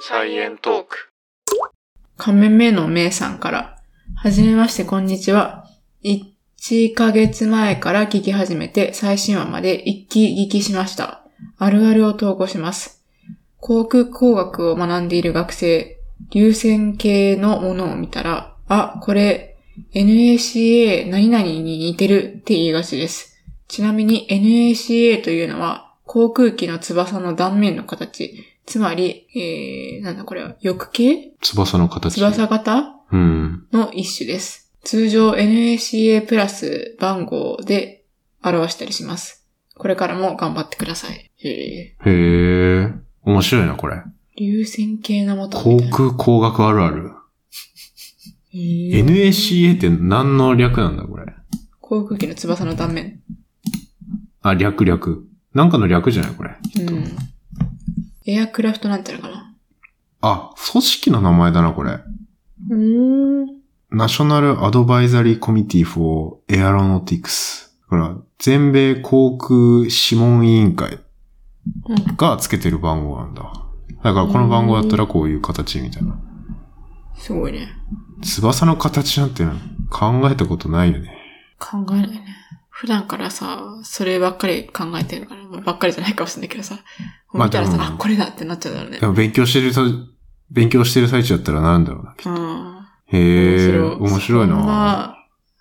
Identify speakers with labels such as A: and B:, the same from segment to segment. A: サイエントーク。
B: カメメのめいさんから。はじめまして、こんにちは。1ヶ月前から聞き始めて、最新話まで一気聞きしました。あるあるを投稿します。航空工学を学んでいる学生、流線形のものを見たら、あ、これ、NACA 何々に似てるって言いがちです。ちなみに NACA というのは、航空機の翼の断面の形。つまり、えー、なんだこれは、翼形
A: 翼の形。
B: 翼型
A: うん。
B: の一種です。通常 NACA プラス番号で表したりします。これからも頑張ってください。へえ。
A: へえ。面白いな、これ。
B: 流線形のもと
A: 航空工学あるある。
B: へえ
A: NACA って何の略なんだ、これ。
B: 航空機の翼の断面。
A: あ、略略。なんかの略じゃない、これ。
B: うん。エアクラフトなんちゃらかな。
A: あ、組織の名前だな、これ。
B: うん。
A: ナショナルアドバイザリーコミティ for Aeronautics。だから、全米航空諮問委員会
B: うん
A: がつけてる番号なんだ。だから、この番号だったらこういう形みたいな。
B: すごいね。
A: 翼の形なんて考えたことないよね。
B: 考えないね。普段からさ、そればっかり考えてるから、まあばっかりじゃないかもしれないけどさ、
A: まあ
B: 見たらさ、
A: でも
B: あ、これだってなっちゃうんだろうね
A: で。も勉強してると、勉強してる最中だったらなんだろうな。
B: うん。
A: へえ、面白いな。
B: そんな、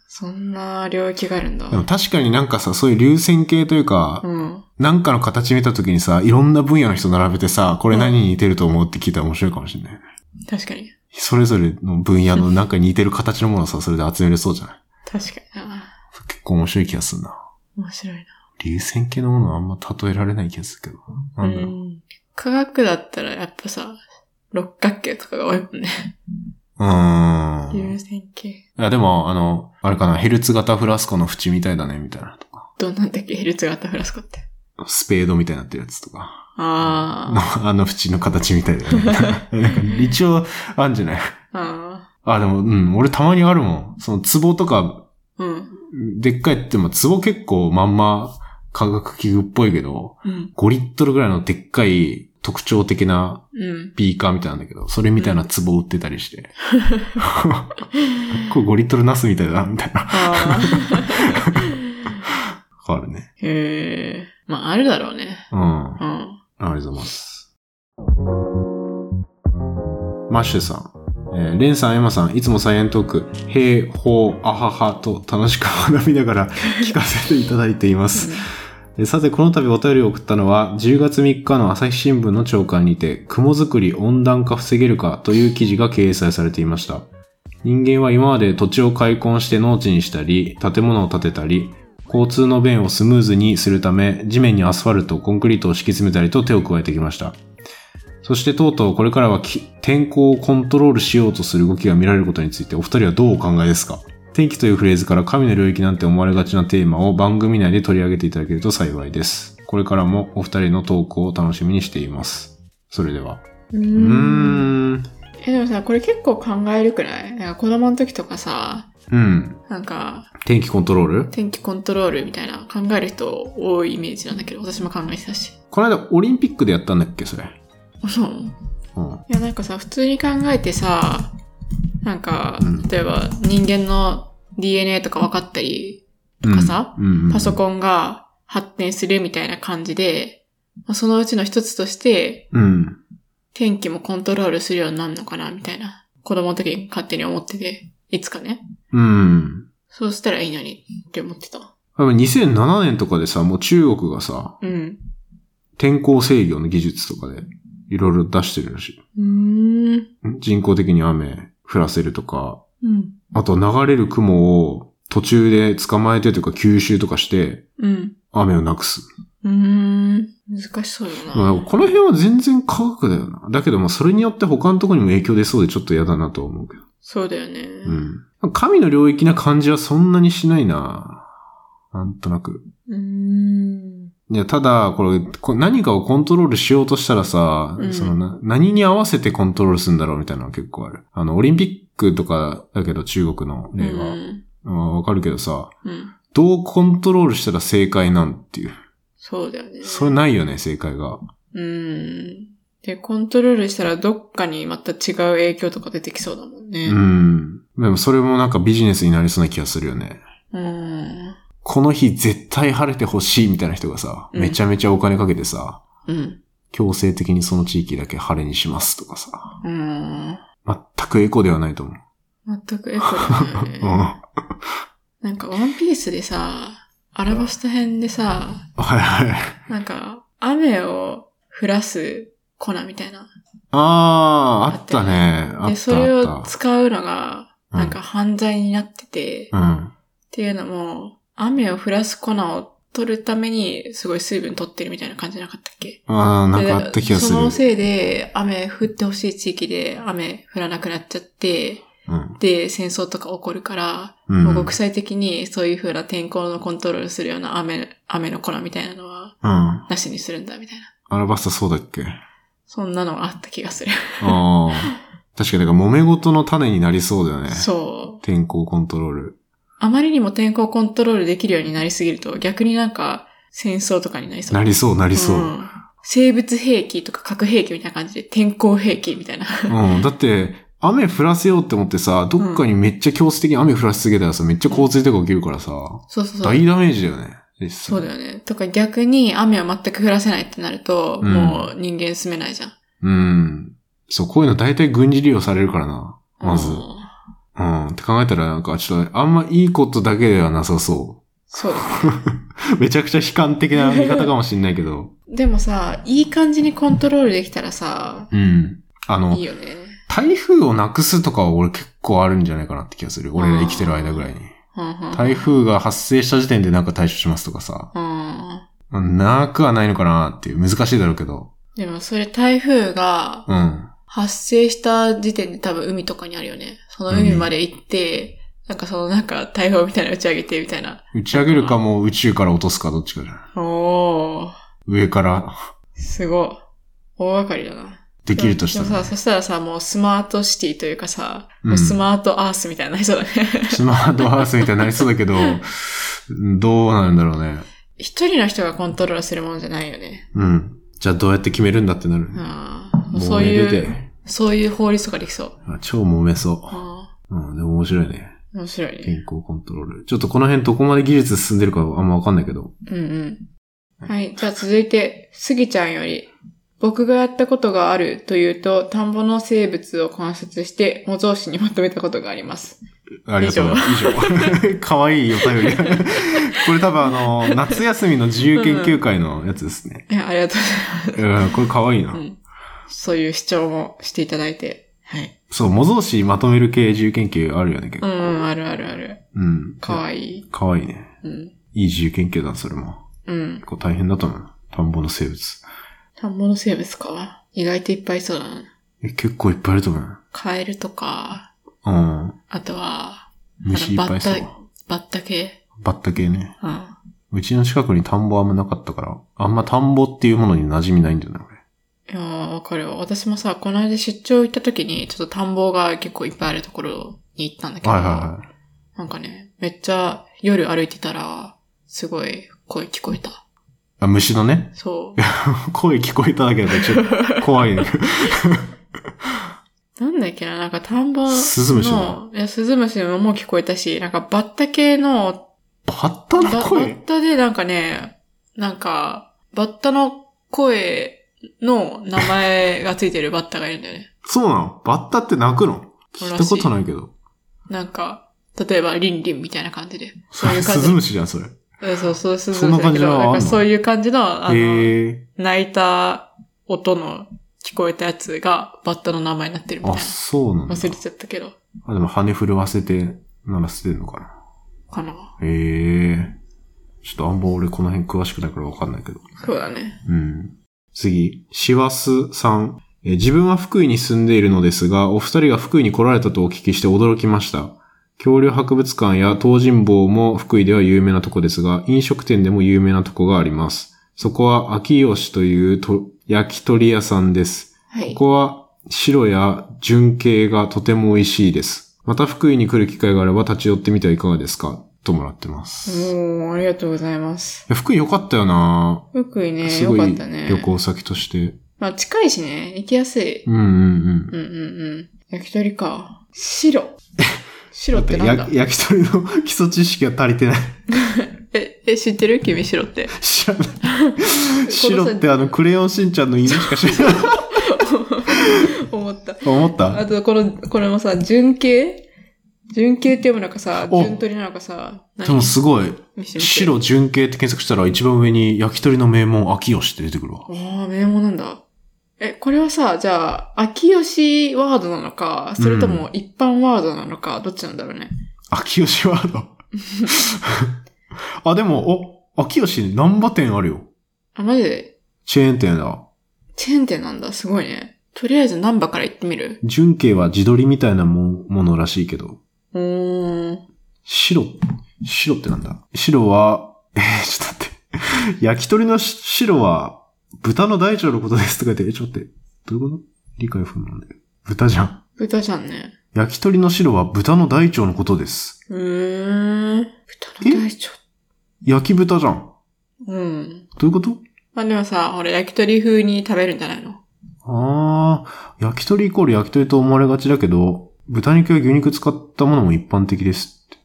B: そんな領域があるんだ。
A: でも確かになんかさ、そういう流線形というか、
B: うん。
A: なんかの形見た時にさ、いろんな分野の人並べてさ、これ何に似てると思うって聞いたら面白いかもしれない。
B: 確かに。
A: それぞれの分野のなんか似てる形のものをさ、それで集めれそうじゃない
B: 確かにな。
A: 結構面白い気がするな。
B: 面白いな。
A: 流線形のものはあんま例えられない気がするけど。なんだろう。
B: ん。科学だったらやっぱさ、六角形とかが多いもんね。
A: うーん。
B: 流
A: い
B: 線形。
A: や、でも、あの、あれかな、ヘルツ型フラスコの縁みたいだね、みたいなとか。
B: どんなんだっけヘルツ型フラスコって。
A: スペードみたいになってるやつとか。
B: あ
A: の あの縁の形みたいだよね。 なんか一応、あんじゃない
B: あ。あ
A: あ、でも、うん、俺たまにあるもん。その、壺とか、
B: あ。うん。
A: でっかいって言っても、壺結構まんま科学器具っぽいけど、
B: うん。
A: 5リットルぐらいのでっかい特徴的な
B: うん。
A: ビーカーみたいなんだけど、それみたいな壺売ってたりして。これ5リットルナスみたいだな、みたいな。
B: ああ。
A: あるね。
B: へえ。まあ、あるだろうね。
A: うん。あ
B: うん。
A: りがとうございます。マッシュさん。えーレンさん、エマさん、いつもサイエントーク、平方、アハハと楽しく学びながら 聞かせていただいています。えさて、この度お便りを送ったのは、10月3日の朝日新聞の朝刊にて、雲作り温暖化防げるかという記事が掲載されていました。人間は今まで土地を開墾して農地にしたり、建物を建てたり、交通の便をスムーズにするため、地面にアスファルト、コンクリートを敷き詰めたりと手を加えてきました。そしてとうとうこれからはき天候をコントロールしようとする動きが見られることについてお二人はどうお考えですか天気というフレーズから神の領域なんて思われがちなテーマを番組内で取り上げていただけると幸いです。これからもお二人のトークを楽しみにしています。それでは。
B: う
A: うー
B: ん。
A: ん。
B: え、でもさ、これ結構考えるくないなんか子供の時とかさ、
A: うん。
B: なんか、
A: 天気コントロール
B: 天気コントロールみたいな考える人多いイメージなんだけど、私も考えてたし。
A: この間オリンピックでやったんだっけそれ。
B: あそう
A: うん。
B: いや、なんかさ、普通に考えてさ、なんか
A: うん、
B: 例えば人間の DNA とか分かったり、
A: と
B: かさ、
A: うんうん、
B: パソコンが発展するみたいな感じで、まあそのうちの一つとして、
A: ン。うん。
B: 天気もコントロールするようになるのかな、みたいな。子供の時に勝手に思ってて、いつかね。
A: うん。
B: そうしたらいいのにって思ってた。
A: 多分2007年とかでさ、もう中国がさ、
B: うん。
A: 天候制御の技術とかでいろいろ出してるらしい。
B: うーん。
A: 人工的に雨降らせるとか、
B: うん。
A: あと流れる雲を途中で捕まえてというか吸収とかして
B: うん。
A: 雨をなくす。
B: うーん。難しそうよな。
A: まあ、この辺は全然科学だよな。だけどまあそれによって他のところにも影響出そうでちょっと嫌だなとは思うけど。
B: そうだよね。
A: うん。神の領域な感じはそんなにしないな。なんとなく。
B: うーん。
A: いや、ただ、これ、こ何かをコントロールしようとしたらさ、
B: うん
A: そのな、何に合わせてコントロールするんだろうみたいなのは結構ある。あの、オリンピックとかだけど、中国の
B: う
A: 例は。
B: ん。
A: まあわかるけどさ、
B: うん。
A: どうコントロールしたら正解なんっていう。
B: そうだよね。
A: それないよね、正解が。
B: うーん。で、コントロールしたらどっかにまた違う影響とか出てきそうだもんね。
A: うん。でもそれもなんかビジネスになりそうな気がするよね。
B: うん。
A: この日絶対晴れてほしいみたいな人がさ、
B: うん
A: めちゃめちゃお金かけてさ、
B: うん。
A: 強制的にその地域だけ晴れにしますとかさ、
B: うん。
A: 全くエコではないと思う。
B: 全くエコだ
A: うん。
B: ね。
A: は
B: なんかワンピースでさ、アラバスタ編でさ、
A: いはい。
B: なんか、雨を降らす粉みたいな。
A: あー、あったね。あ
B: で、
A: った
B: それ
A: あ
B: を
A: った。
B: 使うのが、
A: うん
B: なんか犯罪になってて、っ
A: うん。
B: ていうのも、雨を降らす粉を取るために、すごい水分取ってるみたいな感じなかったっけ
A: あー、なん
B: で
A: かあった気がす
B: そ
A: る。
B: のせいで、雨降ってほしい地域で雨降らなくなっちゃって、
A: うん。
B: で、戦争とか起こるから、
A: うん。
B: もう国際的にそういう風な天候のコントロールするような雨、雨の粉みたいなのは、
A: うん。
B: なしにするんだ、みたいな。
A: アラバスタそうだっ け
B: そんなのがあった気がす る。
A: ああ。確かに、だから揉め事の種になりそうだよね。
B: そう。
A: 天候コントロール。
B: あまりにも天候コントロールできるようになりすぎると、逆になんか戦争とかになりそう。
A: なりそう、なりそう。
B: ん生物兵器とか核兵器みたいな感じで、天候兵器みた いな。
A: うん。だって、雨降らせようって思ってさ、どっかにめっちゃ強制的に雨降らしすぎたらさ、めっちゃ洪水とか起きるからさ、
B: そうそうそう。
A: 大ダメージだよね。実際
B: そうだよね。とか逆に雨を全く降らせないってなると、
A: うん
B: もう人間住めないじゃん。
A: うん。そう、こういうの大体軍事利用されるからな。まず
B: うん。
A: うん。って考えたらなんか、ちょっと、あんまいいことだけではなさそ
B: そうだね
A: う。 めちゃくちゃ悲観的な見方かもしんないけど。
B: でもさ、いい感じにコントロールできたらさ、
A: うん。あの、
B: いいよね。
A: 台風をなくすとかは俺結構あるんじゃないかなって気がする。俺ら生きてる間ぐらいに。
B: うんうん
A: 台風が発生した時点でなんか対処しますとかさ。
B: うん。
A: なくはないのかなっていう。難しいだろうけど。
B: でもそれ台風が
A: うん。
B: 発生した時点で多分海とかにあるよね。その海まで行って、なんかそのなんか台風みたいなの打ち上げてみたいな。
A: 打ち上げるかもう宇宙から落とすかどっちかじゃん。
B: おー、
A: 上から
B: すごい。大掛かりだな。
A: できるとした
B: でも
A: ら
B: さ、。そしたらさ、もうスマートシティというかさ、
A: うん
B: もうスマートアースみたいになりそうだね。
A: スマートハウスみたいになりそうだけど、どうなるんだろうね。
B: 一人の人がコントロールするものじゃないよね。
A: うん。じゃあどうやって決めるんだってなる。
B: あーもう
A: も
B: そう
A: う寝
B: い
A: る
B: う、
A: で。
B: そういう法律とかできそう。
A: あ超揉めそ
B: あ
A: う。うん、でも面白いね。
B: ー面白いね。
A: 健康コントロール。ちょっとこの辺どこまで技術進んでるかあんまわかんないけど。
B: うんうん。はい。じゃあ続いて、スギちゃんより、僕がやったことがあるというと、田んぼの生物を観察して、模造紙にまとめたことがあります。
A: ありがとうございます。以上。かわいいお便り。これ多分あの、夏休みの自由研究会のやつですね。
B: いやありがとう
A: うん、これかわいいな。
B: ございます。うん。そういう主張もしていただいて。はい。
A: そう、模造紙まとめる系自由研究あるよね、結
B: う
A: 構。
B: んうん、あるあるある。
A: うん。
B: か
A: い
B: わいい。
A: い。かわいいね。
B: うん。
A: いい自由研究だな、それも。
B: うん。
A: 結構大変だと思う。田んぼの生物。
B: 田んぼの生物か。意外といっぱいいそうだな。
A: え結構いっぱいいると思う。
B: カエルとか、
A: うん。
B: あとは、
A: 虫いっぱいそう
B: あのバッ。バッタ系。
A: バッタ系ね。
B: うん。
A: うちの近くに田んぼあんまなかったから、あんま田んぼっていうものに馴染みないんだよね、俺。
B: いやー、わかるわ。私もさ、この間出張行った時に、ちょっと田んぼが結構いっぱいあるところに行ったんだけど、
A: はいはいはい。
B: なんかね、めっちゃ夜歩いてたら、すごい声聞こえた。
A: あ、虫のね。
B: そう。
A: 声聞こえただけだからちょっ と怖いね。
B: なんだっけな、なんか田んぼの、
A: スズムシの
B: いや、スズムシのも聞こえたし、なんかバッタ系の、
A: バッタ
B: バ
A: の
B: バ
A: 声
B: ッタでなんかね、なんか、バッタの声の名前がついてるバッタがいるんだよね。
A: そうなのバッタって鳴くの聞いたことないけど。
B: なんか、例えばリンリンみたいな感じで。
A: そ
B: そうい
A: れ
B: う感
A: ス
B: じ
A: ズムシじゃん、それ。
B: うんそう、そう、す
A: そんな感じの
B: なん
A: あん
B: か
A: の
B: そういう感じの、あの、
A: へえ。
B: 泣いた音の聞こえたやつがバッタの名前になってるみたい
A: あ、
B: な。
A: そうなんだ。
B: 忘れちゃったけど、
A: あ、でも羽震わせて鳴らせてんのかな。
B: かな。
A: へえ。ちょっとあんま俺この辺詳しくないからわかんないけど。
B: そうだね。
A: うん。次、シワスさん。えー自分は福井に住んでいるのですが、お二人が福井に来られたとお聞きして驚きました。恐竜博物館や東尋坊も福井では有名なとこですが、飲食店でも有名なとこがあります。そこは秋吉というと焼き鳥屋さんです。
B: はい。
A: ここは白や純系がとても美味しいです。また福井に来る機会があれば立ち寄ってみてはいかがですかともらってます。
B: もう、ありがとうございます。
A: 福井良かったよな
B: 福井ね、
A: す
B: よ
A: ご
B: かっ
A: い
B: たね。
A: 旅行先として。
B: まあ近いしね、行きやすい。
A: うんうんうん。
B: うんうんうん。焼き鳥か。 白。白ってなんだ
A: や焼き鳥の基礎知識が足りてない。
B: え、え、知ってる君白って。
A: 知らない。白ってあの、クレヨンしんちゃんの 犬しか知らない。
B: 思った。
A: 思った
B: あと、この、これもさ、純系純系って読むのかさ、
A: お
B: 純鳥なのかさ、何
A: でもすごい。
B: 見せて見せて
A: 白純系って検索したら一番上に焼き鳥の名門秋吉って出てくるわ。
B: ああ、名門なんだ。え、これはさ、じゃあ、秋吉ワードなのか、それとも一般ワードなのか、どっちなんだろうね。
A: 秋吉ワード。 あ、でも、お、秋吉難波店あるよ。
B: あ、マジで、
A: チェーン店だ。
B: チェーン店なんだ。すごいね。とりあえず難波から行ってみる。
A: 純系は自撮りみたいなもものらしいけど。
B: うーん。
A: 白、白ってなんだ白は、 えー、ちょっと待って。焼き鳥のし白は、豚の大腸のことですとか言って、え、ちょっと待って。どういうこと理解不能なんだよ。豚じゃん。
B: 豚じゃんね。
A: 焼き鳥の白は豚の大腸のことです。
B: うーん。豚の大腸。
A: 焼き豚じゃん。
B: うん。
A: どういうこと
B: まあでもさ、俺焼き鳥風に食べるんじゃないの
A: あー、焼き鳥イコール焼き鳥と思われがちだけど、豚肉や牛肉使ったものも一般的ですって。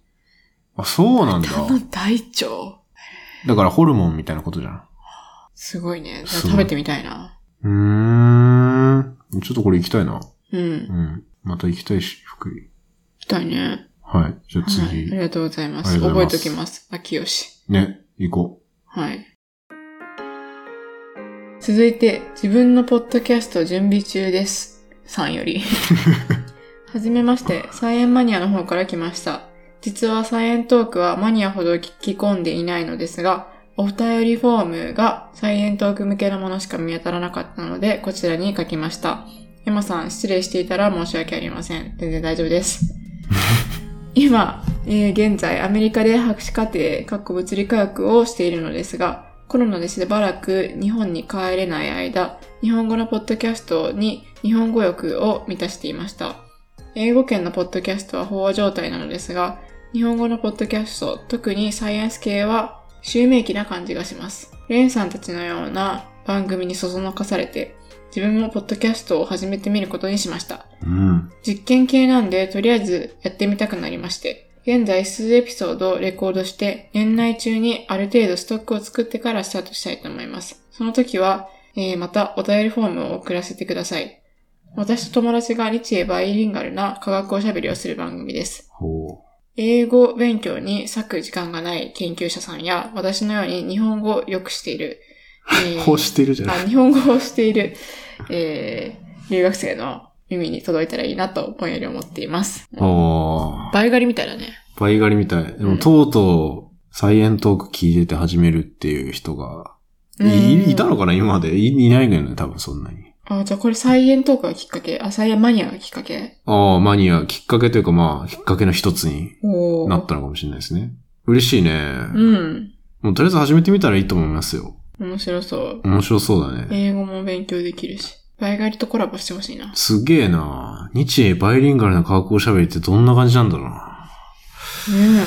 A: あ、そうなんだ。
B: 豚の大腸。
A: だからホルモンみたいなことじゃん。
B: すごいね。じゃあ
A: すごい
B: 食べてみたいな。
A: うーん。ちょっとこれ行きたいな。
B: う。
A: うんん。また行きたいし、福井。
B: 行きたいね。
A: はい。じゃあ
B: はい。あ
A: 次、
B: りがとうございま
A: あ
B: す。
A: りがとうご
B: 覚
A: ざい
B: え
A: ます
B: ときます。秋吉。
A: ね、行こ
B: はい。続いて、自分のポッドキャスト準備中です。さんより。はじめまして、サイエンマニアの方から来ました。実はサイエントークはマニアほど聞き込んでいないのですが、お便りフォームがサイエントーク向けのものしか見当たらなかったので、こちらに書きました。エマさん、失礼していたら申し訳ありません。全然大丈夫です。今、えー現在アメリカで博士課程、かっこ物理科学をしているのですが、コロナでしばらく日本に帰れない間、日本語のポッドキャストに日本語訳を満たしていました。英語圏のポッドキャストは飽和状態なのですが、日本語のポッドキャスト、特にサイエンス系は、襲名期な感じがします。レンさんたちのような番組にそそのかされて、自分もポッドキャストを始めてみることにしました。
A: う。うん。
B: 実験系なんで、とりあえずやってみたくなりまして。現在数エピソードをレコードして、年内中にある程度ストックを作ってからスタートしたいと思います。その時は、えーまたお便りフォームを送らせてください。私と友達が日英バイリンガルな科学おしゃべりをする番組です。
A: ほ
B: 英語勉強に割く時間がない研究者さんや、私のように日本語を良くしている、え
A: う。
B: ー
A: こうしてるじゃない。
B: あ日本語をしている、えー留学生の耳に届いたらいいなと、ぼんやり思っています。
A: おー。
B: 倍狩りみたいだね。
A: 倍狩りみたい。で
B: う
A: も、
B: ん
A: とうとう、サイエントーク聞いてて始めるっていう人が、
B: うん
A: い、いたのかな今まで。いいないけどね、多分そんなに。
B: あ、じゃあこれサイエントークがきっかけあ、サイエンマニアがきっかけ
A: ああ、マニア、きっかけというかまあ、きっかけの一つに
B: おー
A: なったのかもしれないですね。嬉しいね。
B: うん。
A: もうとりあえず始めてみたらいいと思いますよ。
B: 面白そう。
A: 面白そうだね。
B: 英語も勉強できるし。倍狩りとコラボしてほしいな。
A: すげえな日英バイリンガルな科学を喋りってどんな感じなんだろうな。
B: うん。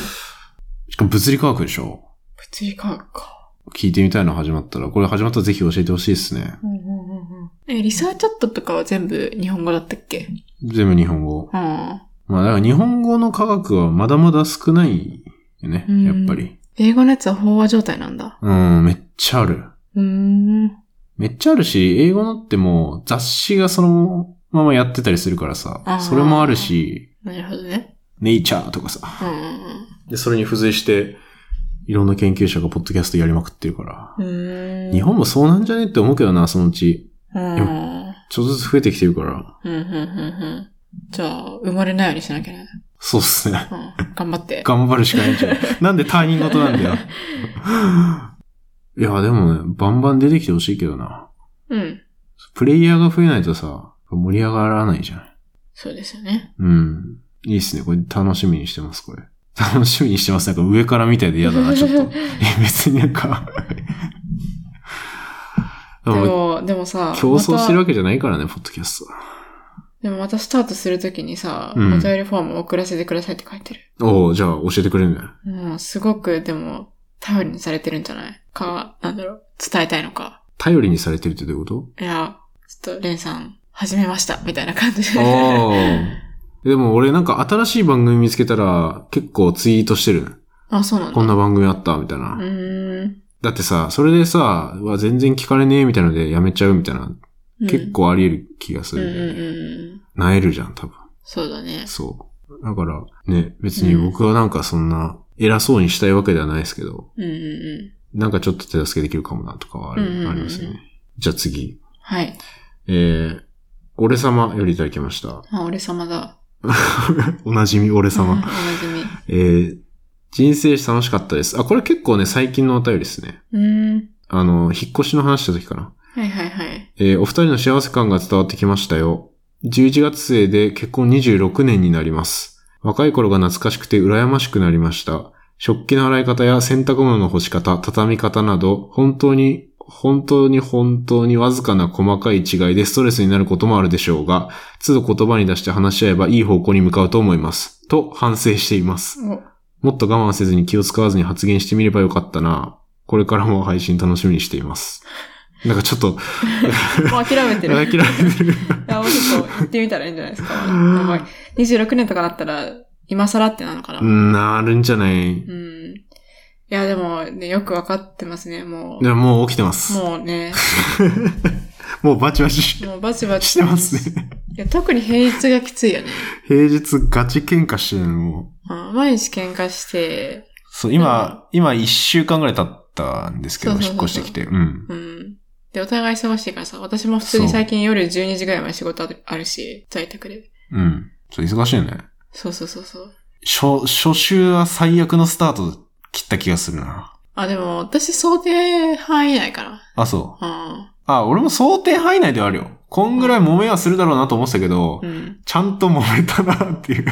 A: しかも物理科学でしょ
B: 物理科学か。
A: 聞いてみたいの始まったら、これ始まったらぜひ教えてほしいですね。
B: うんうんうんうん。え、リサーチャットとかは全部日本語だったっけ
A: 全部日本語。
B: ああ。
A: まあだから日本語の科学はまだまだ少ないよね、
B: うん
A: やっぱり。
B: 英語のやつは飽和状態なんだ。
A: うん、めっちゃある。
B: うーん。
A: めっちゃあるし、英語のってもう雑誌がそのままやってたりするから
B: あ
A: さ
B: ー、
A: それもあるし、
B: なるほどね。
A: ネイチャーとかさ。
B: うんうん
A: で、それに付随して、いろんな研究者がポッドキャストやりまくってるから。
B: うん。うーん
A: 日本もそうなんじゃねって思うけどな、そのうち。
B: うん。うん
A: ちょっとずつ増えてきてるから。
B: うんうんうん。じゃあ、生まれないようにしなきゃね。
A: そうっすね。
B: うん。頑張って。
A: 頑張るしかないんじゃないなんで他人事なんだよ。いや、でもね、バンバン出てきてほしいけどな。
B: うん。
A: プレイヤーが増えないとさ、盛り上がらないじゃん。
B: そうですよね。
A: うん。いいっすね。これ楽しみにしてます、これ。楽しみにしてます。なんか上から見たいで嫌だな、ちょっと。え、別になん か。で
B: で
A: も、
B: も、でもさ、
A: 競争してる
B: また
A: わけじゃないからね、ポッドキャストは。
B: でもまたスタートするときにさ、
A: うん
B: お便りフォーム送らせてくださいって書いてる。
A: おおじゃあ教えてくれるね。
B: もうん、すごく、でも、頼りにされてるんじゃないか、なんだろう、伝えたいのか。
A: 頼りにされてるってどういうこと
B: いや、ちょっと、レンさん、始めました、みたいな感じで。
A: おーでも俺なんか新しい番組見つけたら結構ツイートしてる。
B: あ、そうなんだ。
A: こんな番組あったみたいな。
B: うーん。
A: だってさ、それでさ、うわ全然聞かれねえみたいのでやめちゃうみたいな、
B: うん
A: 結構あり得る気がす
B: うん
A: る
B: うん
A: だよね。
B: んうん。
A: なえるじゃん、多分。
B: そうだね。
A: そう。だから、ね、別に僕はなんかそんな偉そうにしたいわけではないですけど、
B: うんうんうん。
A: なんかちょっと手助けできるかもなとかはある
B: うんうんうん
A: ありますよね。じゃあ次。
B: はい。
A: えー、俺様よりいただきました。
B: あ、俺様だ。
A: おなじみ俺
B: うん
A: 様。
B: おなじみ。
A: えー、人生楽しかったです。あ、これ結構ね、最近のお便りですね。
B: うーん。
A: あの、引っ越しの話した時かな。
B: はいはいはい。
A: えーお二人の幸せ感が伝わってきましたよ。11月末で結婚26年になります。若い頃が懐かしくて羨ましくなりました。食器の洗い方や洗濯物の干し方、畳み方など、本当に、本当に本当にわずかな細かい違いでストレスになることもあるでしょうが、都度言葉に出して話し合えばいい方向に向かうと思います。と反省しています。
B: お、
A: もっと我慢せずに気を使わずに発言してみればよかったな。これからも配信楽しみにしています。なんかちょ っと、
B: もう諦めてる。
A: 諦めてる。
B: いや、もうちょっと行ってみたらいいんじゃないですか。やばい。26年とかだったら、今更ってなのかな。うん。
A: なるんじゃない。
B: いや、でも、ね、よくわかってますね、もう。
A: いや、もう起きてます。
B: もうね、
A: もうバチバチし
B: もうバチバチ。
A: してますね。
B: いや、特に平日がきついよね。
A: 平日ガチ喧嘩してるの、もう。
B: うん毎日喧嘩して、
A: そう、今、今一週間ぐらい経ったんですけど、
B: そうそう
A: 引っ
B: そう
A: 越してきて。うん。
B: うん。で、お互い忙しいからさ、私も普通に最近夜12時ぐらいまで仕事あるし、在宅で。
A: うん。そう、忙しいよね。
B: そうそうそうそう。
A: 初、初週は最悪のスタート切った気がするな。
B: あ、でも、私想定範囲内か
A: あ、そう。
B: な。
A: あ、俺も想定範囲内ではあるよ。こんぐらい揉めはするだろうなと思ってたけど、
B: うん。うん。
A: ちゃんと揉めたなって いう。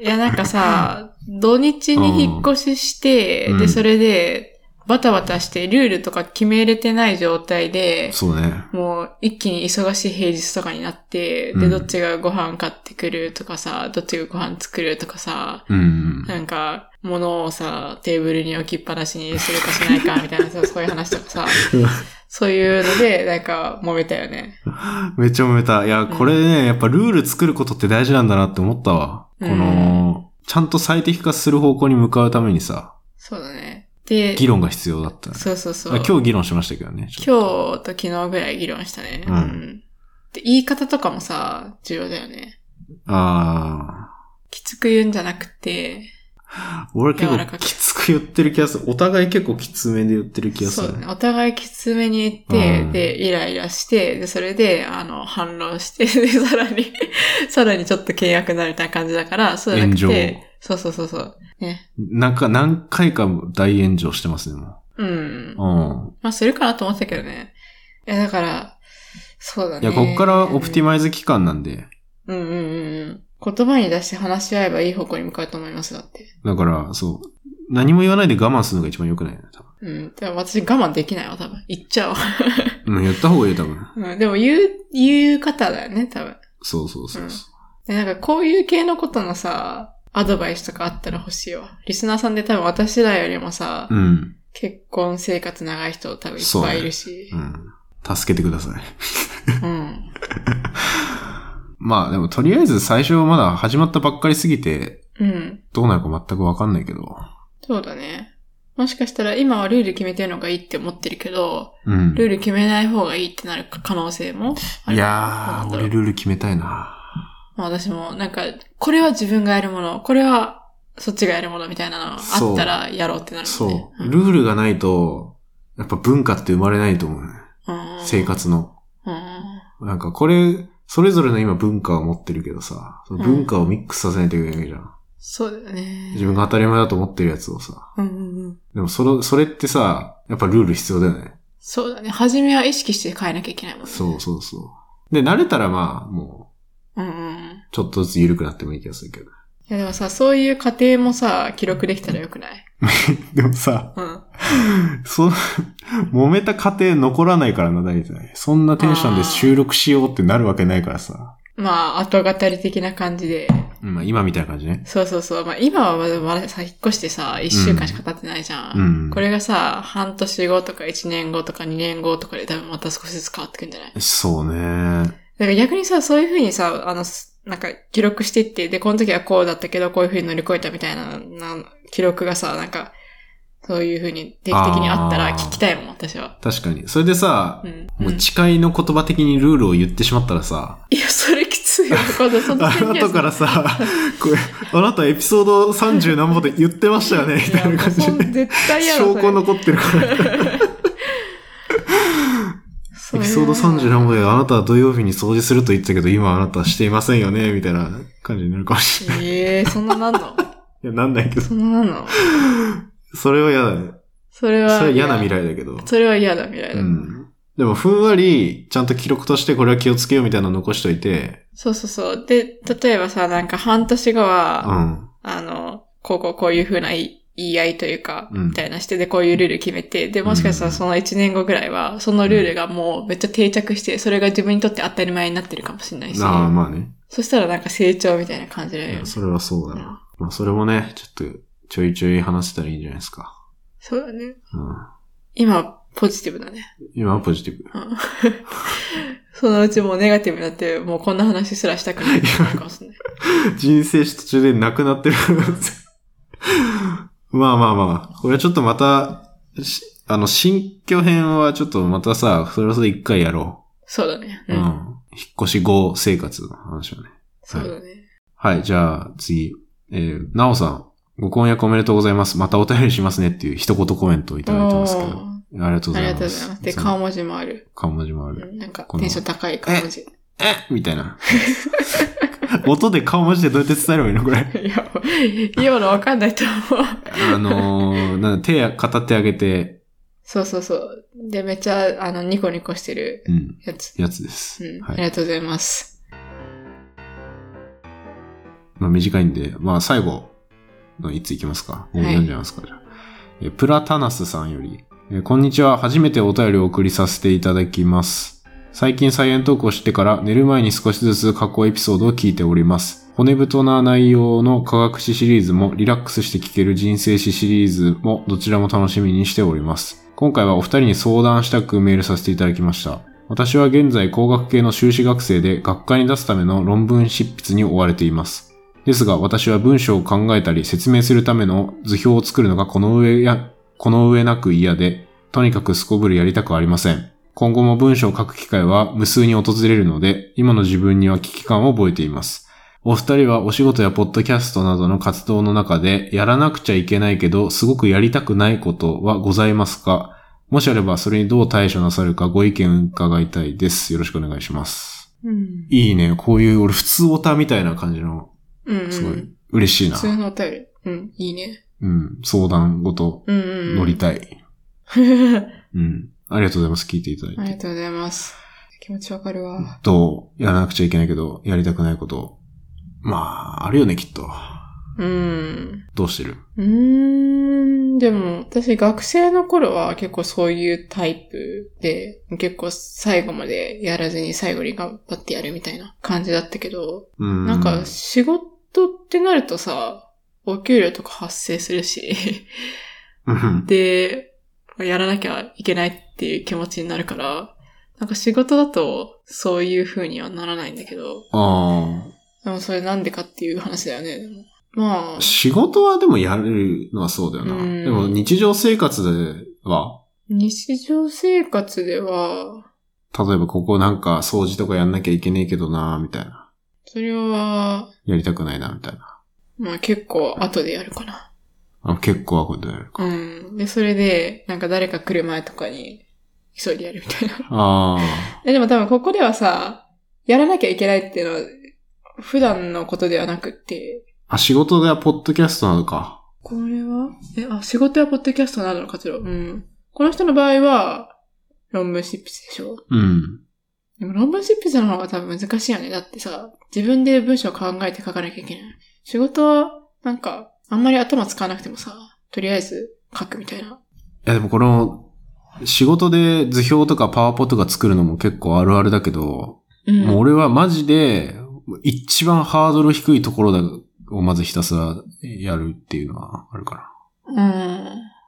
B: いや、なんかさ、土日に引っ越しして、
A: うん
B: で、それで、バタバタして、ルールとか決めれてない状態で、
A: そうね。
B: もう一気に忙しい平日とかになって、
A: う
B: で、
A: ん
B: どっちがご飯買ってくるとかさ、どっちがご飯作るとかさ、
A: うん。
B: なんか、物をさ、テーブルに置きっぱなしにするかしないかみたい な、そうそういう話とかさ
A: うん、
B: そういうので、なんか、揉めたよね。
A: めっちゃ揉めた。いや、これね、やっぱルール作ることって大事なんだなって思ったわ。この、ちゃんと最適化する方向に向かうためにさ、
B: そうだね。で、
A: 議論が必要だった、ね。
B: そうそうそう。
A: あ今日議論しましたけどね。
B: 今日と昨日ぐらい議論したね。
A: うん
B: で言い方とかもさ、重要だよね。
A: あ
B: きつく言うんじゃなくて、
A: あ。俺結
B: 柔ら
A: 構
B: かく
A: きつく言ってる気がする。お互い結構きつめで言ってる気がす
B: そうだ
A: る
B: ね。。お互いきつめに言って、
A: うん
B: で、イライラして、で、それで、あの、反論して、で、 さらに、さらにちょっと険悪になるみたいな感じだから、そうじゃなく
A: 炎
B: て
A: 上、
B: そうそうそうそう。ね。
A: なんか、何回か大炎上してますね、も
B: うん。
A: う。
B: まあ、するかなと思ってたけどね。いや、だから、そうだ
A: うん。いや、
B: ね。
A: こっからオプティマイズ期間なんで。
B: うんうんうんうん。言葉に出して話し合えばいい方向に向かうと思います、だって。
A: だから、そう。何も言わないで我慢するのが一番良くないね、多
B: うん。でも私我慢できないわ、多分。言っちゃう わ。
A: 分。うん、言った方がいいよ、多分。
B: うん。でも言う、言う方だよね、多分。
A: そうそうそうそう。
B: で、なんかこういう系のことのさ、アドバイスとかあったら欲しいわ。リスナーさんで多分私らよりもさ、
A: うん
B: 結婚生活長い人多分いっぱいいるし。
A: うん。助けてください。
B: うん。
A: まあでもとりあえず最初まだ始まったばっかりすぎて、
B: うん。
A: どうなるか全くわかんないけど。
B: そうだね。もしかしたら今はルール決めてるのがいいって思ってるけど、
A: うん。
B: ルール決めない方がいいってなる可能性もある。
A: いや
B: ど
A: ー、
B: うなんだろう
A: 俺ルール決めたいな。
B: まあ私も、なんか、これは自分がやるもの、これはそっちがやるものみたいなのあったらやろうってなるもんね。
A: そう。ルールがないと、やっぱ文化って生まれないと思うね。
B: うん
A: 生。活の。
B: うん。
A: なんかこれ、それぞれの今文化を持ってるけどさ、その文化をミックスさせないといけないじゃん。
B: そうだよね。
A: 自分が当たり前だと思ってるやつをさ。
B: うんうんうん。
A: でもその、それってさ、やっぱルール必要だよね。
B: そうだね。初めは意識して変えなきゃいけないもんね。
A: そうそうそう。で、慣れたらまあ、もう、
B: うんうん。
A: ちょっとずつ緩くなってもいい気がするけど。
B: いやでもさ、そういう過程もさ、記録できたらよくない
A: でもさ、
B: うん。
A: その、揉めた過程残らないからな、大体。そんなテンションで収録しようってなるわけないからさ。
B: まあ、後語り的な感じで。
A: うんまあ、今みたいな感じね。
B: そうそうそう。まあ今はまだまださ、引っ越してさ、一週間しか経ってないじゃん。
A: うん
B: これがさ、半年後とか一年後とか二年後とかで多分また少しずつ変わってくんじゃないだ
A: そうね。
B: から逆にさ、そういう風にさ、あの、すなんか記録していって、で、この時はこうだったけど、こういう風に乗り越えたみたいな、な記録がさ、なんか、そういう風に定期的にあったら
A: あー
B: 聞きたいもん、私は。
A: 確かに。それでさ
B: う、ん。
A: も
B: う
A: うん誓いの言葉的にルールを言ってしまったらさ、
B: いや、それきついよ。今度その
A: あなたからさ、 これ、あなたエピソード30何本で言ってましたよね、みたいな感じ
B: いやもうそ
A: で。
B: ん絶対嫌だ。
A: 証
B: そ
A: 拠
B: れ
A: 残ってるから。
B: そ
A: エ
B: れ
A: ピ
B: は
A: ソード30何本であなたは土曜日に掃除すると言ってたけど、今あなたはしていませんよね、みたいな感じになるかもしれない。
B: ええそんななんの
A: いや、なんないけど。
B: そんななんの
A: それは嫌だね。
B: それ
A: そ
B: は。
A: れは嫌な未来だけど。
B: それは嫌だ未来だ。
A: うん。でも、ふんわり、ちゃんと記録としてこれは気をつけようみたいなの残しといて、
B: そうそうそう。で、例えばさ、なんか半年後
A: う
B: は、
A: ん。
B: あの、こうこうこういう風な言い言い合いというか、
A: うん
B: みたいなして、で、こういうルール決めて、で、もしかしたらその1年後ぐらいは、そのルールがもうめっちゃ定着して、それが自分にとって当たり前になってるかもしれないし、
A: ああ、まあね。
B: そしたらなんか成長みたいな感じだ
A: い
B: よ
A: や。それはそうだな。まあ、それもね、ちょっと、ちょいちょい話せたらいいんじゃないですか。
B: そうだね。
A: うん。
B: 今、ポジティブだね。
A: 今はポジティブ。
B: うん そのうちもうネガティブになって、もうこんな話すらしたくないってなるかもしれない。
A: 人生史途中でなくなってる可能性 まあまあまあ。これはちょっとまた、しあの、新居編はちょっとまたさ、それはそれ一回やろ
B: そうだね。
A: う。
B: う
A: うん。
B: ん。
A: 引っ越し後生活の話をね。
B: そうだね。
A: はい、じゃあ次。えー、なおさん。ご婚約おめでとうございます。またお便りしますねっていう一言コメントをいただいてますけど。
B: おー
A: ありがとうご
B: あ
A: ざ
B: り
A: い
B: が
A: ます。
B: とうございます。で、
A: その
B: 顔文字もある。
A: 顔文字もあ
B: う
A: る。
B: んなんか、
A: この
B: テンション高い顔文字。い
A: えみたいな。 音で顔文字でどうやって伝えればいいのこれ。
B: や、今のわかんないと思う。
A: あのー、なんだ手や、片手上げて、
B: そうそうそう。で、めっちゃ、あの、ニコニコしてる
A: うん。
B: やつ。
A: やつです。
B: うん。
A: は
B: あり
A: い。
B: がとうございます。
A: まあ、短いんで、まあ最後のいついきますか。もう
B: はい
A: 読んじゃいますか、じゃあえプラタナスさんより、えこんにちは。初めてお便りを送りさせていただきます。最近サイエントークをしてから寝る前に少しずつ過去エピソードを聞いております。骨太な内容の科学史シリーズもリラックスして聞ける人生史シリーズもどちらも楽しみにしております。今回はお二人に相談したくメールさせていただきました。私は現在工学系の修士学生で学会に出すための論文執筆に追われています。ですが私は文章を考えたり説明するための図表を作るのがこの上や、この上なく嫌で、とにかくすこぶるやりたくありません。今後も文章を書く機会は無数に訪れるので、今の自分には危機感を覚えています。お二人はお仕事やポッドキャストなどの活動の中で、やらなくちゃいけないけど、すごくやりたくないことはございますかもしあれば、それにどう対処なさるかご意見伺いたいです。よろしくお願いします。
B: うん。
A: いいね。こういう、俺、普通オタみたいな感じの、
B: うん、うん。
A: すごい、嬉しいな
B: 普。通のお便り。うん、いいね。
A: うん。相談ごと、
B: うんうん。
A: 乗 りたい。
B: たい。
A: うん。ありがとうございます。聞いていただい
B: あ
A: て
B: り。がとうございます。気持ちわかるわ。
A: と、やらなくちゃいけないけど、やりたくないこと。まあ、あるよね、きっと。
B: うん。
A: どうしてる
B: うーん、でも、私学生の頃は結構そういうタイプで、結構最後までやらずに最後に頑張ってやるみたいな感じだったけど、
A: うん。
B: なんか仕事ってなるとさ、お給料とか発生するし、
A: うん、
B: で、やらなきゃいけないっていう気持ちになるから、なんか仕事だとそういう風にはならないんだけど、
A: あ
B: でもそれなんでかっていう話だよね。でもまあ
A: あ。、仕事はでもやるのはそうだよな。
B: うん
A: でも日常生活では、
B: 日常生活では、
A: 例えばここなんか掃除とかやんなきゃいけねえけどな、みたいな。
B: それは、
A: やりたくないな、みたいな。
B: まあ結構後でやるかな。
A: あ結構はことやる。
B: うん。で、それで、なんか誰か来る前とかに、急いでやるみたいな。
A: あ
B: えでも多分ここではさ、やらなきゃいけないっていうのは、普段のことではなくって、
A: あ。あ、仕事がポッドキャストなのか。
B: これはえ、あ、仕事やポッドキャストなどの活動。うん。この人の場合は、論文執筆でしょ
A: うん。
B: でも論文執筆の方が多分難しいよね。だってさ、自分で文章を考えて書かなきゃいけない。仕事は、なんか、あんまり頭使わなくてもさ、とりあえず書くみたいな。
A: いやでもこの、仕事で図表とかパワポとか作るのも結構あるあるだけど、
B: うん。
A: もう俺はマジで、一番ハードル低いところだをまずひたすらやるっていうのはあるかな。
B: うん。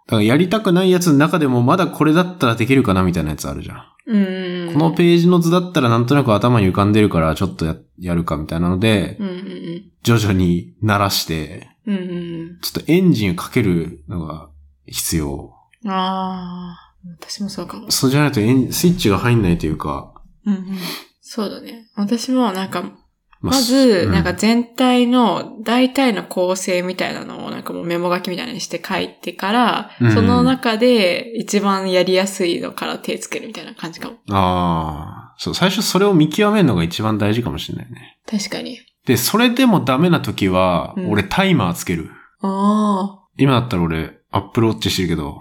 A: だからやりたくないやつの中でもまだこれだったらできるかなみたいなやつあるじゃん。
B: うん。
A: このページの図だったらなんとなく頭に浮かんでるからちょっとややるかみたいなので、
B: うんうん
A: 徐々に慣らして、
B: うん。うんうん
A: ちょっとエンジンかけるのが必要。
B: うん。ああ、私もそうかも。
A: そうじゃないとエンスイッチが入んないというか、
B: うんうん。そうだね。私もなんか、
A: ま
B: ま
A: あ
B: ず、
A: うん
B: なんか全体の大体の構成みたいなのをなんかもうメモ書きみたいなにして書いてから、
A: うん
B: その中で一番やりやすいのから手つけるみたいな感じかも。
A: ああ、そう、最初それを見極めるのが一番大事かもしれないね。
B: 確かに。
A: で、それでもダメな時は
B: う、ん
A: 俺タイマーつける。
B: あ
A: 今だったら俺、アップローチしてるけど、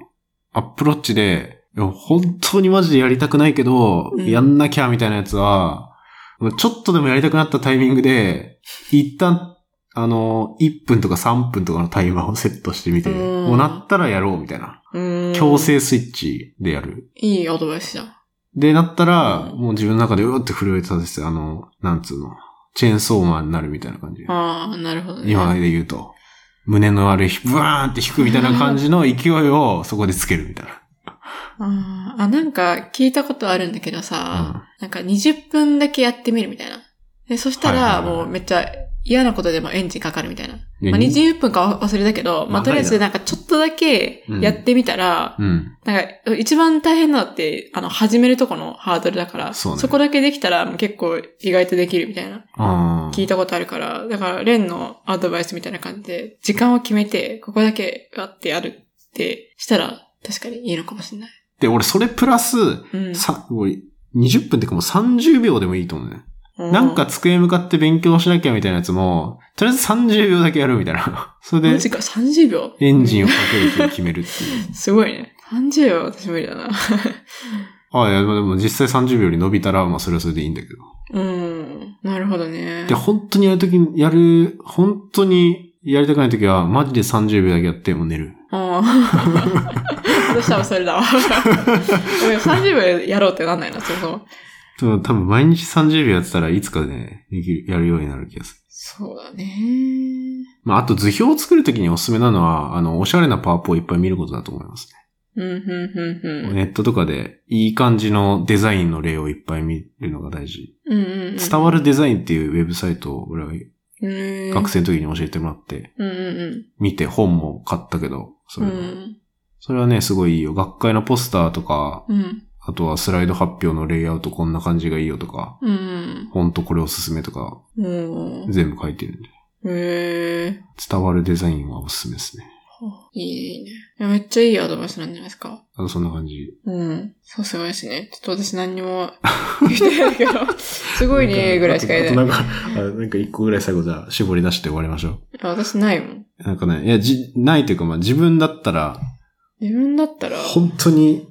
A: アップローチで、いや本当にマジでやりたくないけど、
B: うん
A: やんなきゃみたいなやつは、ちょっとでもやりたくなったタイミングで、一旦、あの、1分とか3分とかのタイマーをセットしてみて、
B: うん
A: もうなったらやろうみたいな。
B: あ。うん。
A: 強。制スイッチでやる。
B: いいアドバイスじゃん。
A: で、なったら、
B: うん
A: もう自分の中でうわって震えてたんですよ。あの、なんつうの。チェーンソーマンになるみたいな感じ。
B: ああ、なるほどね。
A: 今で言うと、胸の悪い、ブワーンって引くみたいな感じの勢いをそこでつけるみたい
B: あーあ、なんか聞いたことあるんだけどさ、
A: な。
B: なんか20分だけやってみるみたいな。でそした
A: はいは
B: ら、
A: いはいはい
B: もうめっちゃ嫌なことでもエンジンかかるみたいな。
A: うん。
B: まあ、
A: いや
B: 20分かは忘れたけど、ま
A: ま
B: あ、
A: あ
B: とりあえずなんかちょっとだけやってみたら、
A: うん。
B: なんか一番大変なのって、あの、始めるとこのハードルだから、
A: そうね
B: こだけできたらもう結構意外とできるみたいな、
A: あ
B: 聞いたことあるから、だから、レンのアドバイスみたいな感じで、時間を決めて、ここだけやってやるってしたら、確かにいいのかもしれない。
A: で、俺それプラス、
B: うん。
A: さ、俺、20分ってかもう30秒でもいいと思うね。
B: う
A: なんか、机向かって勉強しなきゃみたいなやつも、とりあえず30秒だけやるみたい な。それ
B: マ
A: で、
B: ジか、30秒。
A: エンジンをかける日を決めるっていう。
B: すごいね。30秒は私無理だな。
A: ああ、いや、でも実際30秒より伸びたら、まあそれはそれでいいんだけど。
B: うん。なるほどね。
A: で、本当にやるとき、やる、本当にやりたくないときは、マジで30秒だけやって、もう寝る。
B: ああ。 どうしたらそれだわ。でも30秒やろうってなんないな、そもそも。
A: でも多分毎日30秒やってたらいつかね、できる、やるようになる気がする。
B: そうだね。
A: まあ、あと図表を作るときにおすすめなのは、あの、おしゃれなパワーポをいっぱい見ることだと思います
B: うん、うん、う
A: ね。
B: ん、うん。
A: ネットとかで、いい感じのデザインの例をいっぱい見るのが大事。
B: うんうんうん、
A: 伝わるデザインっていうウェブサイトを俺は
B: る
A: 学。生の時に教えてもらって、
B: うん、うん、
A: 見て本も買ったけど、そうれ
B: ん。う
A: は
B: ん、
A: それはね、すごいいいよ。学会のポスターとか、
B: うん、
A: あとはスライド発表のレイアウトこんな感じがいいよとか、
B: うん。
A: ほんとこれおすすめとか、
B: うん。
A: 全部書いてるんで。
B: へえ。
A: 伝わるデザインはおすすめですね。
B: いいね、いいね。いやめっちゃいいアドバイスなんじゃないですか。
A: あの、そんな感じ。
B: うん。さすがですね。ちょっと私何にも言ってないけど、 すごいね、ぐらいしか言え
A: あ
B: な
A: と
B: い。
A: なんか、あなんか一個ぐらい最後じゃあ絞り出して終わりましょ
B: あ私ないもん。
A: う。なんかね、いや、じ、ないというかまあ自分だったら、
B: 自分だったら。
A: 本当に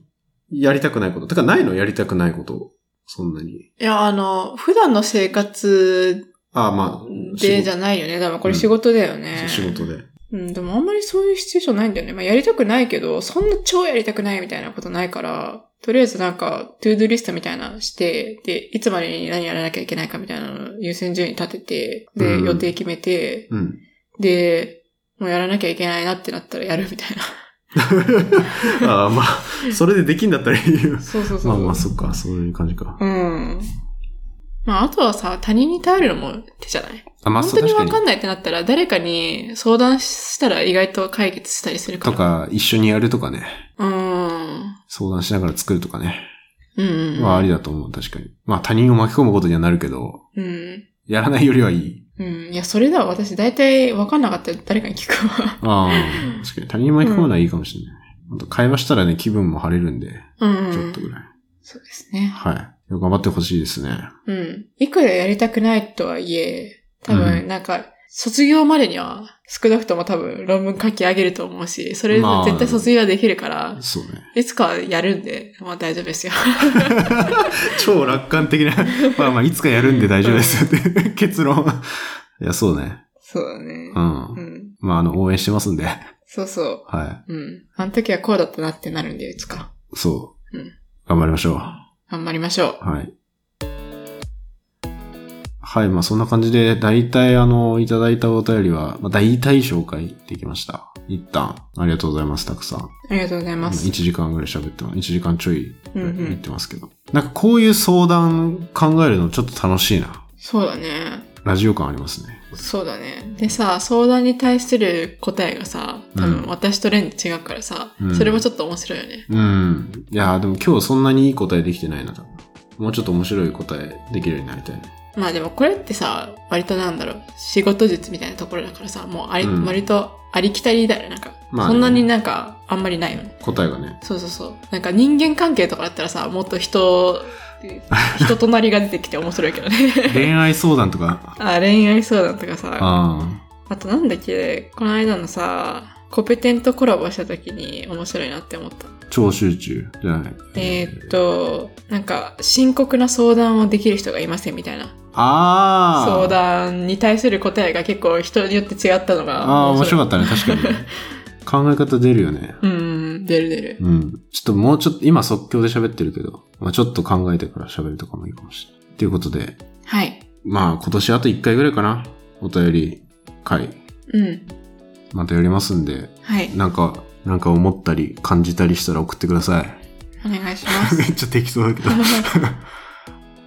A: やりたくないこと。てかないのやりたくないこと。そんなに。
B: いや、あの、普段の生活
A: ああ、まあ、
B: でじゃ
A: な
B: ないよね。多分これ仕事だよ
A: く
B: ね。
A: て。仕事で。
B: うん、でもあんまりそういうシチュエーションないんだよね。まあやりたくないけど、そんな超やりたくないみたいなことないから、とりあえずなんか、トゥードゥリストみたいなのして、で、いつまでに何やらなきゃいけないかみたいなのを優先順位立てて、で、
A: うん
B: 予定決めて、
A: うん。
B: で、もうやらなきゃいけないなってなったらやるみたい な。
A: ああ、まあ、それでできんだったらいいよ。
B: そうそうそう。
A: まあまあ、そっか、そういう感じか。
B: うん。まああとはさ、他人に頼るのも手じゃない
A: あ、まあ、
B: 本
A: そう
B: 当に
A: 確かに
B: わか。んないってなったら、誰かに相談したら意外と解決したりするか
A: と
B: ら。
A: か、一緒にやるとかね。
B: うん。
A: 相談しながら作るとかね。
B: うんうんうん。
A: まあ、ありだと思う、確かに。まあ、他人を巻き込むことにはなるけど、
B: うん。
A: やらないよりはいい。
B: うん。いや、それだわ。私、大体分かんなかったら誰かに聞く
A: あ
B: わ。
A: あ、確かに。他人を巻き込むのはいいかもしれない。あと、会話したらね、気分も晴れるんで、
B: うん、
A: ちょ
B: う
A: っ
B: ん
A: と。ぐらい。
B: そうですね。
A: はい。頑張ってほしいですね。
B: うん。いくらやりたくないとはいえ、多
A: う
B: 分、なんか、卒業までには、少なくとも多分、論文書き上げると思うし、それ
A: まあ
B: 絶対卒業はできるから、
A: そうね。
B: いつかやるんで、まあ大丈夫ですよ。
A: 超楽観的な、 まあまあ、いつかやるんで大丈夫ですよって、 結論。いや、そうね。
B: そうだね
A: う。。
B: うんん。
A: まあ、あの、応援してますんで。
B: そうそう。
A: は
B: うん。あの時はこうだったなってなるんで、いつか。
A: い。そう
B: うん。
A: 頑張りましょう。
B: 頑張りましょう。
A: はい。はい、まあそんな感じで、大体あの、いただいたお便りは、まあ、大体紹介できました。一旦、ありがとうございます、たくさん。
B: ありがとうございます
A: 1。時間ぐらい喋ってます。1時間ちょい
B: うんう
A: 言っ
B: ん。
A: てますけど。なんかこういう相談考えるのちょっと楽しいな。
B: そうだね。
A: ラジオ感ありますね。
B: そうだね。でさ、相談に対する答えがさ、多
A: うん
B: 分私とレンジ違うからさ、
A: うん
B: それもちょっと面白いよね。
A: うん。いやーでも今日そんなにいい答えできてないな。多分もうちょっと面白い答えできるようになりたいね。
B: まあでもこれってさ、割となんだろう、仕事術みたいなところだからさ、もうあり、
A: うん
B: 割とありきたりだよね。なんか、
A: まあね
B: そんなになんかあんまりないよね。
A: 答えがね。
B: そうそうそう。なんか人間関係とかだったらさ、もっ と人、人となりが出てきて面白いけどね。
A: 恋愛相談と か。
B: あ、恋愛相談とかさ、
A: あ
B: あとなんだっけ、この間のさ、コペテントコラボした時に面白いなって思った。
A: あ、超集中じゃない。
B: えーっと、なんか、深刻な相談をできる人がいませんみたいな。
A: ああ。
B: 相談に対する答えが結構人によって違ったのが。
A: ああ、面白
B: かっ
A: かったね。確かに。考え方出るよね。
B: た。うん、出る出る。
A: うん。ちょっともうちょっと、今即興で喋ってるけど、まあちょっと考えてから喋るとかもいいかもしれない。ということで、
B: はい。
A: まあ今年あと1回ぐらいかな。お便り会。
B: うん。
A: またやりますんで、
B: はい。
A: なんか、なんか思ったり感じたりしたら送ってください。
B: お願いします。
A: めっちゃ適当だけど。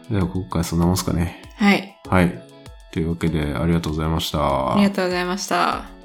A: では今回そんなもんすかね。
B: はい。
A: はい。というわけで、ありがとうございました。
B: ありがとうございました。